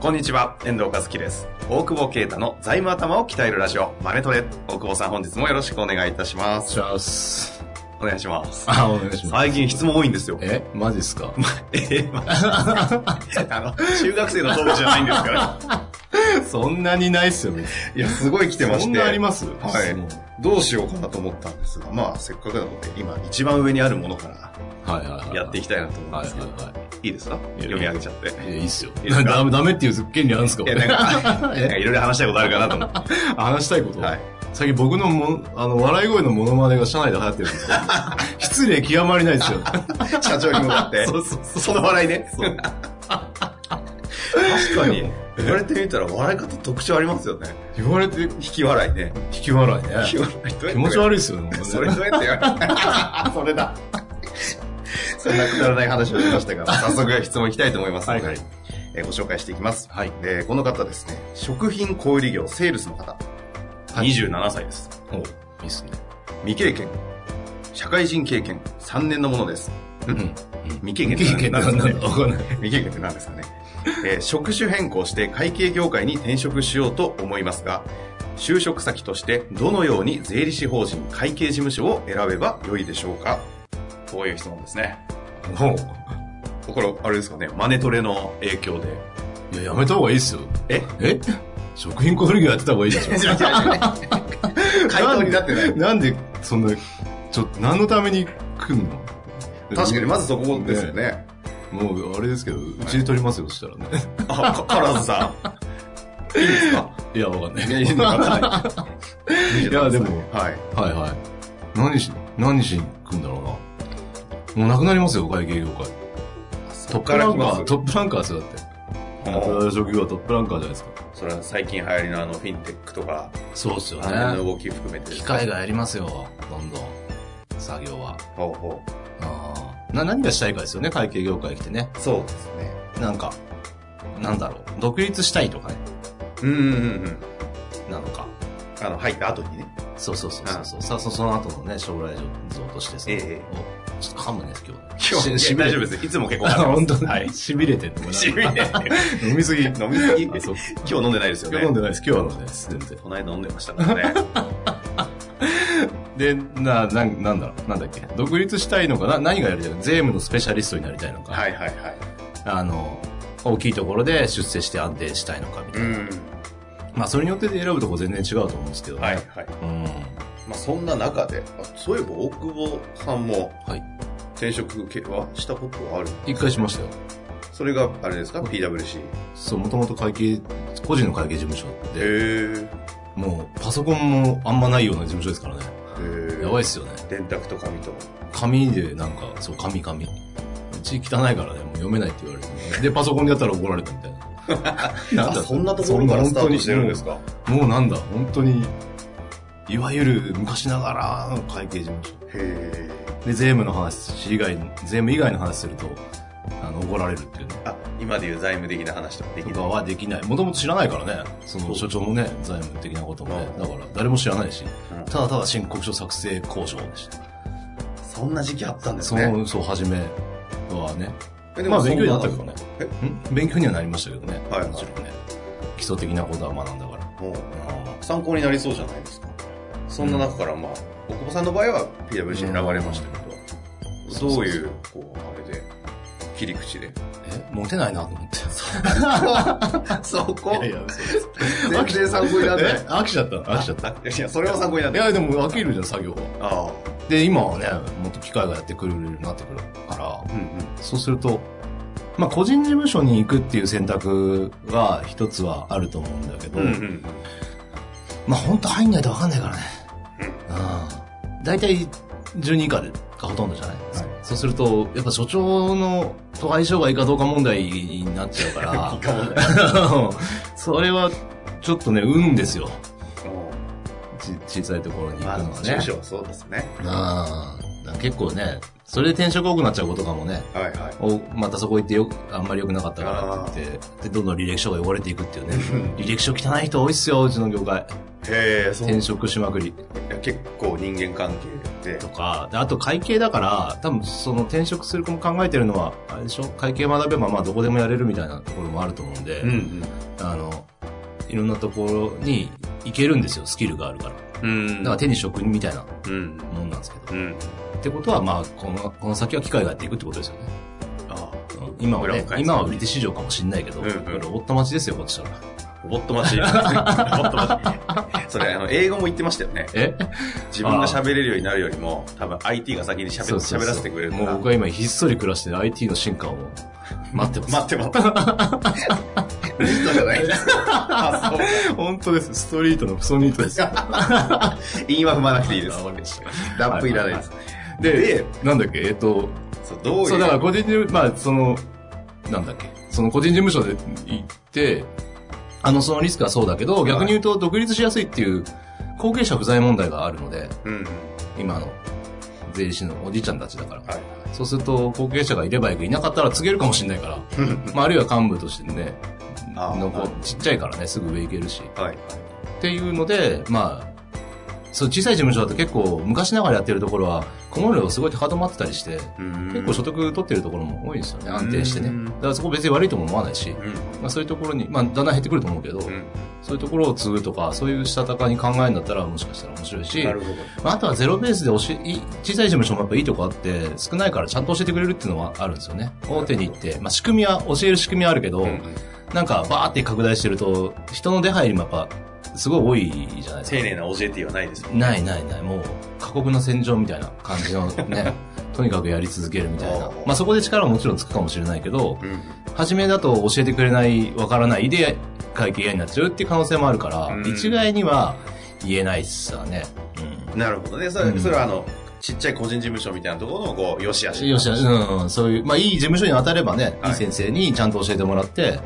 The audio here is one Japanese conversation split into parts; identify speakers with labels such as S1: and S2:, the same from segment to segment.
S1: こんにちは、遠藤和樹です。大久保啓太の財務頭を鍛えるラジオ、マネトレ。大久保さん、本日もよろしくお願いいたしま
S2: お願い
S1: す。
S2: します。
S1: お願いします。
S2: あ、お願いします。
S1: 最近質問多いんですよ。
S2: えマジっすか
S1: えーま あ、あの、中学生の当時じゃないんですから。
S2: そんなにないっすよ、別に
S1: いや、すごい来てまして。
S2: そんなあります
S1: はい
S2: 質問
S1: どうしようかなと思ったんですが、まあ、せっかくなので、今、一番上にあるものか
S2: はいはいは
S1: ら
S2: い。
S1: やっていきたいなと思うん
S2: はい
S1: ですけど、い、
S2: はい
S1: ですか読み上げちゃって。
S2: いはい。いや、いいっすよ。
S1: いいっすか
S2: ダメ、ダメっていう権利あるんすか
S1: いや、なんか、なんかいろいろ話したいことあるかなと思って。
S2: 話したいこと、
S1: はい
S2: 最近僕のもん、あの、笑い声のモノマネが社内で流行ってるんですよ。 失礼極まりないですよ。
S1: 社長に向かって。
S2: そうそうそう
S1: その笑いね。 確かに。言われてみたら笑い方特徴ありますよね。
S2: 言われて、
S1: 引き笑いね。
S2: 引き笑いね。
S1: 引き笑い。どうやって
S2: 気持ち悪いっすよね。
S1: それどうやってやる それだ。そんなくだらない話をしました が、早速質問いきたいと思いますので、
S2: はいはい
S1: えーご紹介していきます。
S2: はい。
S1: でこの方ですね、食品小売業セールスの方、
S2: はい
S1: 27歳です。
S2: おいいっすね。
S1: 未経験。社会人経験3年のものです。
S2: うん。
S1: 未経験
S2: 経験な
S1: 何
S2: ん
S1: です
S2: だ
S1: かね
S2: ろうわかんない。
S1: 未経験って何ですかね、えー職種変更して会計業界に転職しようと思いますが就職先としてどのように税理士法人会計事務所を選べばよいでしょうかこういう質問ですね
S2: もう
S1: これあれですかねマネトレの影響で
S2: いや、やめた方がいいっすよ。
S1: え
S2: え食品小売業やってた方がいいで しょ。
S1: 回答になってない
S2: なんで、そんな、ちょっと、何のために来んの
S1: 確かにまずそこですよね
S2: もう、あれですけど、うちで取りますよ、そしたらね。
S1: あかカラーズさんいいですか
S2: いや、わかんない。
S1: いやいいのかな
S2: いやでも
S1: はい
S2: はいはい。何し、何しに来んだろうな。もうなくなりますよ、会計業界。トップランカー、トップランカーですよ、だって。
S1: もう
S2: 働く職業はトップランカーじゃないですか。
S1: それは最近流行りのあのフィンテックとか
S2: そうっすよ
S1: あの辺の。動き含めてです
S2: 機
S1: か
S2: 械がやりますよ、どんどん。作業は。
S1: ほうほ
S2: あーな、何がしたいかですよね、会計業界来てね。
S1: うそうですね
S2: なんか、なんだろう。独立したいとかね、
S1: うんうんうんうん。
S2: なのか。
S1: あの、入った後にね。
S2: そうそうそうそうそう。さあ、そその後のね、将来像としてさ、
S1: ええ
S2: おちょっと噛むね、今日。
S1: 今日、
S2: し
S1: いや大丈夫です。いつも結構
S2: あ、
S1: 噛ん
S2: 本
S1: で
S2: 当
S1: ます。
S2: ね。
S1: はい。
S2: 痺れてるのかな
S1: しびれて。
S2: 飲みすぎ。
S1: 飲みすぎ
S2: あそう
S1: 今日飲んでないですよ
S2: 今
S1: ね。
S2: 日飲んでないです。今日は飲んでないです。全然。
S1: この間飲んでましたから ね。
S2: で、な、なんなんだろう。なんだっけ。独立したいのかな何がやりたいの税務のスペシャリストになりたいのか。
S1: はいはいはい。
S2: あの、大きいところで出世して安定したいのかみた
S1: う
S2: いな。
S1: ん。
S2: まあ、それによって選ぶとこ全然違うと思うんですけどね。
S1: はいはい。
S2: うん。
S1: まあ、そんな中で、あそういえば大久保さんも
S2: はい。
S1: 転職系はしたことはある
S2: 一回しましたよ。
S1: それが、あれですか ?PWC。へ
S2: そう、もともと会計、個人の会計事務所
S1: え
S2: で、もうパソコンもあんまないような事務所ですからね。
S1: ー。
S2: やばい
S1: い。
S2: っすよね。
S1: 電卓と紙と。
S2: 紙でなんか、そう、紙紙。うち汚いからね、もう読めないって言われて、で、パソコンでやったら怒られたみたいな。
S1: あ、そんなところからスタートしてるんです
S2: か
S1: か
S2: もうなんだ、本当に、いわゆる昔ながらの会計事務所。
S1: へえ。
S2: で、税務の話以外、税務以外の話すると、あの、怒られるっていうね。
S1: あ、今でいう財務的な話とかでき
S2: と
S1: る
S2: かはできない。もともと知らないからね。その所長もね、財務的なこともね。
S1: うん
S2: だから誰も知らないし
S1: うん。
S2: ただただ申告書作成交渉でした。
S1: そんな時期あったんです
S2: そ
S1: ね。
S2: の、そう、初めはね。
S1: えで
S2: ま
S1: も
S2: あ
S1: そん
S2: 勉強になったけ
S1: 中
S2: どね。ん勉強にはなりましたけどね。
S1: はいはい
S2: もちろんね。基礎的なことは学んだから。
S1: もう参考になりそうじゃないですか。そんな中から、まあ、大久保さんの場合は PWC 選ばれましたけど、どういう、こう、あれで、切り口で。
S2: え、モテないなと思って。
S1: そこ
S2: いやいや、そ
S1: 全
S2: う
S1: 然参考にならない
S2: え。飽きちゃった飽きちゃった。
S1: あいや、それは参考になら
S2: い
S1: ない。
S2: や、でも飽きるじゃん、作業は。
S1: ああ、
S2: で、今はね、もっと機械がやってくれるようになってくるから、
S1: うんうん。
S2: そうすると、まあ、個人事務所に行くっていう選択が一つはあると思うんだけど、
S1: うんうん。
S2: まあ、本当入んないと分かんないからね。うん。大体、 12以下でがほとんどじゃないですか。
S1: は
S2: そうすると、やっぱ所長のと相性がいいかどうか問題になっちゃうか
S1: いいかもね
S2: ら、それはちょっとね、運ですよ。ち小さいところに
S1: まあ
S2: 行く
S1: で
S2: の
S1: も
S2: がね
S1: 住。所はそうですね。
S2: ああ、結構ね、それで転職多くなっちゃうことかもね。
S1: はいはい。
S2: おまたそこ行ってよくあんまり良くなかったからって言って、で、どんどん履歴書が汚れていくっていうね。履歴書汚い人多いっすよ、うちの業界。
S1: へえ、そう。
S2: 転
S1: い
S2: 職しまくり
S1: や結構人間関係で
S2: と。か、であと会計だから、多分その転職する子も考えてるのは、あれでしょ会計学べばまあどこでもやれるみたいなところもあると思うんで、
S1: うん
S2: あの、いろんなところに行けるんですよ、スキルがあるから。だ
S1: うん。うん。
S2: から手に職人みたいな
S1: うん。
S2: もんなんですけど。
S1: うん。
S2: ってことは、まあ、この、この先は機械がやっていくってことですよね。
S1: あ
S2: うん今は
S1: 裏を
S2: ね
S1: 返、す
S2: 今は売り手市場かもしんないけど、
S1: う
S2: こ
S1: んう
S2: れ
S1: ん
S2: ロボット待ちですよ、こっちは。
S1: あ、ロボットマシン。ロボットマシン。それ、あの、英語も言ってましたよね。
S2: え
S1: 自分が喋れるようになるよりも、多分 IT が先に喋
S2: そうそうそう
S1: 喋らせてくれるか
S2: もう
S1: ら。
S2: 僕は今ひっそり暮らして IT の進化を待ってま
S1: 待
S2: す。
S1: って待って。リストじゃないです。 あ、そう。
S2: 本当です。ストリートのクソニー トです。
S1: 韻は踏まなくていいです
S2: あ。わかりました
S1: ラップいらないです。
S2: で
S1: で
S2: なんだっけ、えっと、
S1: そう、どういう。
S2: そう、だから個人事務、まあ、その、なんだっけ、その個人事務所で行って、あの、そのリスクはそうだけど、
S1: はい
S2: 逆に言うと独立しやすいっていう、後継者不在問題があるので、
S1: うん。
S2: 今の税理士のおじいちゃんたちだから。
S1: はい。
S2: そうすると、後継者がいればいいいなかったら告げるかもしれない から、まあ、あるいは幹部としてね、
S1: あー
S2: のこうちっちゃいからね、すぐ上行けるし。
S1: はい。
S2: っていうので、まあ、そう小さい事務所だと結構昔ながらやってるところは、顧問料すごい高止まってたりして、
S1: 結
S2: 結構所得取ってるところも多いんですよね、
S1: うん
S2: 安定してね。だからそこ別に悪いとも思わないし、
S1: うん。
S2: まあそういうところに、まあだんだん減ってくると思うけど、
S1: うん
S2: そういうところを継ぐとか、そういうしたたかに考えるんだったらもしかしたら面白いし、
S1: なるほど。
S2: まあ、あとはゼロベースで教え、い小さい事務所もやっぱいいとこあって、少ないからちゃんと教えてくれるっていうのはあるんですよね。大手に行って、まあ仕組みは、教える仕組みはあるけど、
S1: うん
S2: なんかバーって拡大してると、人の出入りもやっぱ、すごい多いじゃないですか。
S1: 丁寧な OJT はないですもんね。
S2: ないないない、もう過酷な戦場みたいな感じの ね、とにかくやり続けるみたいな
S1: あ。ー
S2: まあそこで力はもちろんつくかもしれないけど、
S1: うん。
S2: 初めだと教えてくれない、わからないで会計嫌になっちゃうっていう可能性もあるから、
S1: うん
S2: 一概には言えないっすわね。うん
S1: なるほどね。そ
S2: うん
S1: れそれはあの、ちっちゃい個人事務所みたいなところの、こう、よしあし。
S2: よし、うんうん、そういう、まあ、いい事務所に当たればね、
S1: はい
S2: いい先生にちゃんと教えてもらって、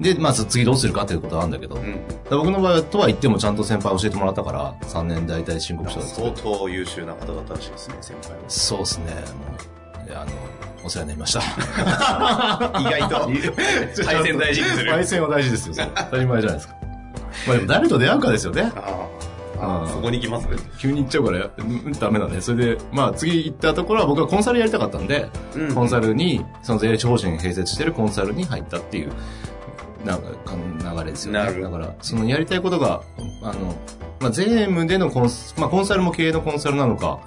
S2: で、まあ、そ次どうするかっていうことはあるんだけど、
S1: う
S2: だか
S1: ん。
S2: ら僕の場合は、とは言ってもちゃんと先輩教えてもらったから、3年大体申告書です。
S1: 相当優秀な方だったらしいですね、先輩
S2: そうですね、もう、であの、お世話になりました。
S1: は。意外と、対戦 大事にす
S2: 対
S1: る。
S2: 戦は大事ですよ、それ 当たり前じゃないですか。まあ、でも誰と出会うかですよね。
S1: あ
S2: う
S1: あ、
S2: ん
S1: そこに行きますね。
S2: 急に行っちゃうから、うんダメだね。それで、まあ、次行ったところは僕はコンサルやりたかったんで、
S1: うん
S2: コンサルに、その税理士法人に併設してるコンサルに入ったっていう、な、か流れですよね。
S1: なるほ
S2: だ
S1: ど
S2: から、そのやりたいことが、あの、まあ、税務でのコンス、まあ、コンサルも経営のコンサルなのか、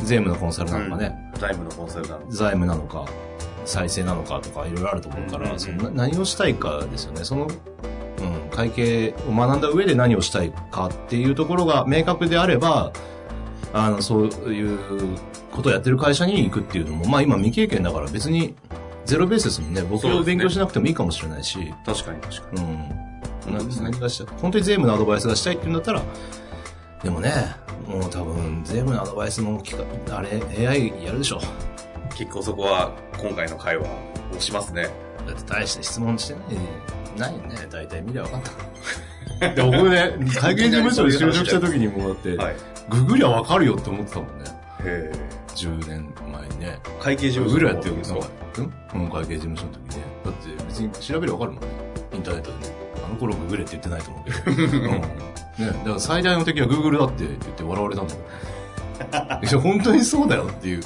S2: 税務のコンサルなのかね、
S1: タイムのコンサルなの。
S2: 財務なのか、再生なのかとか、いろいろあると思うか
S1: うんうんう
S2: ら、
S1: ん
S2: そのな何をしたいかですよね。その、うん、会計を学んだ上で何をしたいかっていうところが明確であれば、あの、そういうことをやってる会社に行くっていうのも、まあ今未経験だから別にゼロベースですもんね。僕
S1: そう
S2: を
S1: ですね
S2: 勉強しなくてもいいかもしれないし、う
S1: 確かに確かに。
S2: ん。な何がした本当に税務のアドバイスがしたいっていうんだったら、でもね、もう多分税務のアドバイスも聞か、あれ AI やるでしょ。
S1: 結構そこは、今回の会話をしますね。
S2: だって大して質問してない、ないよね。大体見りゃ分かった。 で僕ね、会計事務所で就職した時にもうだって、
S1: はい。へ
S2: ググりゃ分かるよって思ってたもんね。
S1: え。
S2: 10年前にね。
S1: 会計事務
S2: グ
S1: 所。
S2: グりゃやってるけ
S1: そ
S2: ど、
S1: う
S2: なんか、うん会計事務所の時ね。だって別に調べりゃ分かるもんね。インターネットでね。あの頃ググれって言ってないと思うけど。うん。 ね、だから最大の敵はグーグルだって言って笑われたん だけど。いや、本当にそうだよって いう。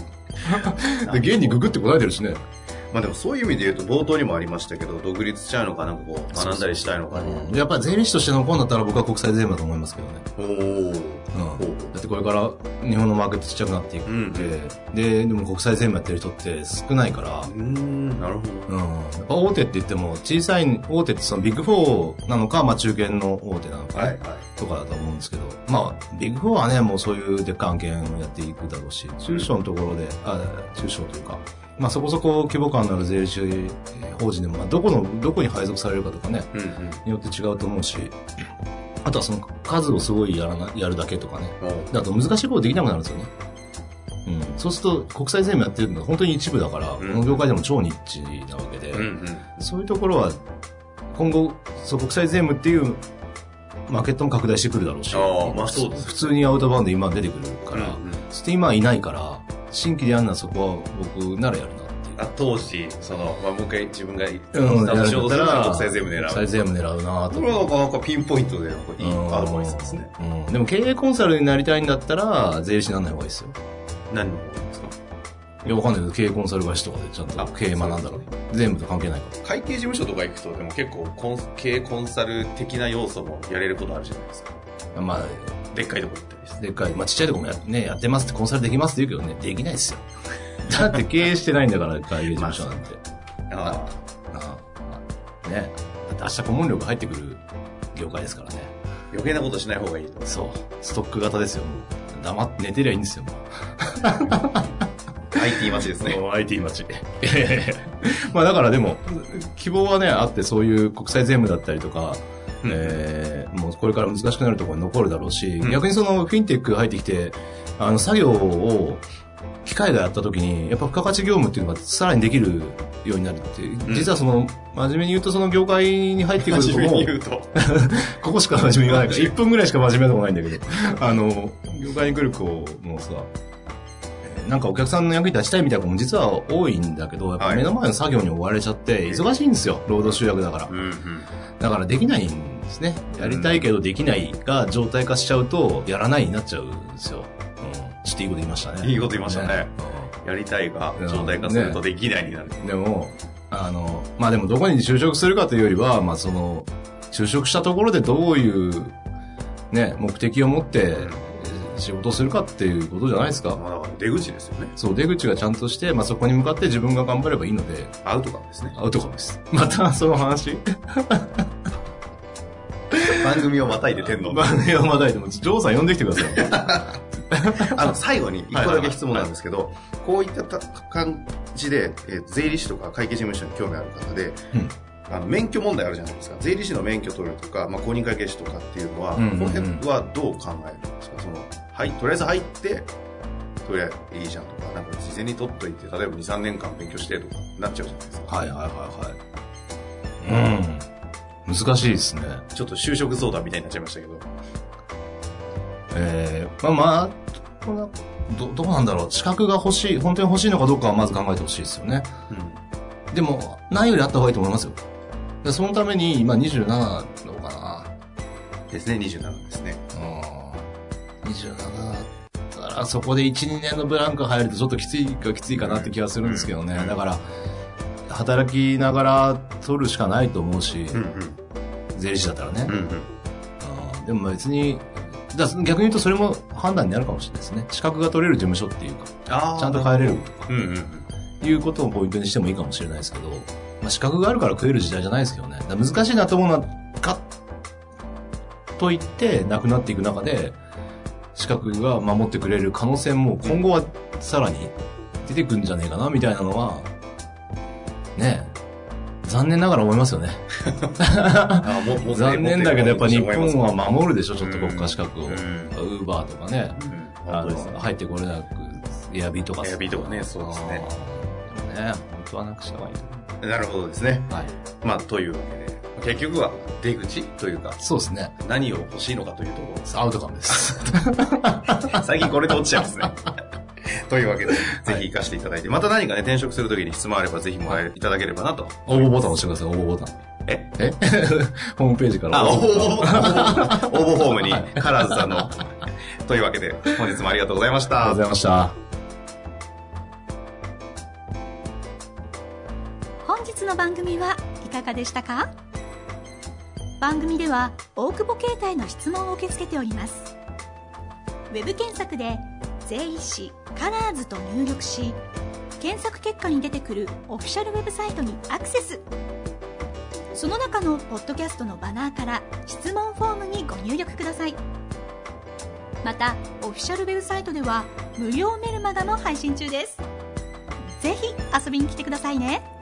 S2: で、現にググって答えてるしね。
S1: まあでもそういう意味で言うと、冒頭にもありましたけど、独立したいのか、なんかこう、学んだりしたいのかね。
S2: やっぱり税理士として残るんだったら僕は国際税務だと思いますけどね。
S1: おお。
S2: う。
S1: ほうん
S2: だってこれから日本のマーケットちっちゃくなっていく
S1: うん
S2: んで、で、でも国際税務やってる人って少ないから
S1: う、ーん、なるほど。
S2: うん。やっぱ大手って言っても小さい、大手ってそのビッグ4なのか、まあ中堅の大手なのか、
S1: はい、は
S2: とかだと思うんですけど、まあビッグ4はね、もうそういうでっかい案件をやっていくだろうし、中小のところで、あ、中小というか、まあそこそこ規模感のある税理士法人でも、まあどこの、どこに配属されるかとかね、
S1: い。うん、うん。
S2: によって違うと思うし、あとはその数をすごいやらな、やるだけとかね。
S1: おー
S2: だと難しいことできなくなるんですよね。そうすると国際税務やってるのは本当に一部だから、
S1: ん
S2: この業界でも超ニッチなわけで、
S1: うんうん
S2: そういうところは今後そう国際税務っていうマーケットも拡大してくるだろうし
S1: あーまあそうです
S2: 普通にアウトバウンド今出てくるから、
S1: うんうん
S2: そして今はいないから新規でやるならそこは僕ならやるなっていう
S1: あ当時その、まあ、もう一回自分が
S2: うん
S1: スタートしようとしたら国際税務狙
S2: 国際
S1: う
S2: 税務狙うなと
S1: これはなかなかピンポイントでこういいアドバイスですね
S2: うん、でも経営コンサルになりたいんだったら税理士にならない方がいいですよ
S1: 何のことですか
S2: いやわかんないけど経営コンサル会社とかでちゃんと
S1: あ
S2: 経営学んだから全部と関係ないから
S1: 会計事務所とか行くとでも結構コン経営コンサル的な要素もやれることあるじゃないですか
S2: まあ
S1: でっかいとこ行ったりして
S2: でっかい、まあ、ちっちゃいとこもや,、ね、やってますってコンサルできますって言うけどねできないです よだって経営してないんだから会計事務所なんて、
S1: あ
S2: ああねだって明日顧問料が入ってくる業界ですからね
S1: あ余計なことしない方がいい と
S2: そうストック型ですよもう黙って寝てりゃいいんですよもう
S1: IT マジですね
S2: もう IT 待ち まあだからでも希望はねあってそういう国際税務だったりとか、
S1: うん
S2: えーもうこれから難しくなるところに残るだろうし、
S1: うん
S2: 逆にそのフィンテックが入ってきてあの作業を機械がやった時にやっぱ付加価値業務っていうのがさらにできるようになるって、実はその真面目に言うとその業界に入ってくると
S1: 真
S2: こ
S1: 面目
S2: も
S1: に言うと
S2: ここしか真面目がないから、1分 ぐらいしか真面目なとこないんだけど、あの、業界に来る子もさ、えーなんかお客さんの役に立ちたいみたいな子も実は多いんだけど、やっぱ
S1: はい
S2: 目の前の作業に追われちゃって、忙しいんですよ、労働集約だから
S1: う。んうん
S2: だからできないんですね。やりたいけどできないが状態化しちゃうと、やらないになっちゃうんですよ。うん。ちょっといいこと言いましたね。
S1: いいこと言いましたね
S2: うん
S1: やりたいが状態化するとできないになる、
S2: でも、あの、まあでもどこに就職するかというよりは、まあその、就職したところでどういう、ね、目的を持ってえー仕事をするかっていうことじゃないですか。
S1: まあだから出口ですよね
S2: そう、出口がちゃんとして、まあそこに向かって自分が頑張ればいいので、
S1: アウトカムですね
S2: アウトかもです。またその話。
S1: 番組をまたいで天皇の
S2: まあね、まだでも、ジョーさん呼んできてください。
S1: あの最後に一個だけ質問なんですけど、こういったた感じで、えー税理士とか会計事務所に興味ある方で、
S2: うん
S1: あの免許問題あるじゃないですか税理士の免許取るとか、まあ、公認会計士とかっていうのは、
S2: うんうんうん
S1: この辺はどう考えるんですかその、はい、とりあえず入って取りゃいいじゃんとかなんか事前に取っといて例えば23年間勉強してとかなっちゃうじゃないですか、
S2: はいはいはいはい。うん。難しいですね。
S1: ちょっと就職相談みたいになっちゃいましたけど
S2: えー、まあまあ、こんなど、どうなんだろう。資格が欲しい、本当に欲しいのかどうかはまず考えてほしいですよね。でも、ないよりあった方がいいと思いますよ。でそのために、今27なのか
S1: ですね27ですね
S2: な。うん。27だったら、そこで1、2年のブランク入るとちょっときついかきついかなって気がするんですけどね。
S1: うん
S2: だから、働きながら取るしかないと思うし、
S1: うんうん
S2: 税理士だったらね。
S1: うんうん
S2: あーでもまあ別に、だ逆に言うとそれも判断になるかもしれないですね。資格が取れる事務所っていうか、
S1: あー
S2: ちゃんと帰れる
S1: うんうんうん
S2: ということをポイントにしてもいいかもしれないですけど、まあ、資格があるから食える時代じゃないですけどね。だから難しいなと思うのは、か、と言ってなくなっていく中で、資格が守ってくれる可能性も今後はさらに出てくんじゃねえかな、みたいなのは、ねえ、残念ながら思いますよね。
S1: あーももっとね
S2: 残念だけどやっぱ日本は
S1: もっとね
S2: 守るでしょ、ちょっと国家資格を。
S1: うん
S2: ウーバーとかね、あ
S1: 本当です
S2: の、
S1: ね。
S2: 入ってこれなく、エアビーとかさ
S1: エアビーとかねそうですね。
S2: あーでもね、本当はなくした方がいいと思
S1: なるほどですね。
S2: う。はい。
S1: まあ、というわけで、結局は出口というか、
S2: そうですね。
S1: 何を欲しいのかというとこ
S2: アウトカム です。
S1: ろ、最近これで落ちちゃいますね。というわけで、ぜひ活かしていただいて、また何かね、転職するときに質問あれば、ぜひもらえいただければなと。
S2: 応募ボタン押してください、応募ボタン。
S1: え
S2: え ホームページから
S1: あ、応
S2: 応募ボタン。
S1: 募、応募フォームに、カラーズさんの。というわけで、本日もありがとうございまし
S2: あり
S1: た
S2: がとうご。ざいました。
S3: 本日の番組はいかがでしたか番組では大久保携帯の質問を受け付けておりますウェブ検索で「税理士カラーズと入力し検索結果に出てくるオフィシャルウェブサイトにアクセスその中のポッドキャストのバナーから質問フォームにご入力くださいまたオフィシャルウェブサイトでは無料メルマガも配信中ですぜひ遊びに来てくださいね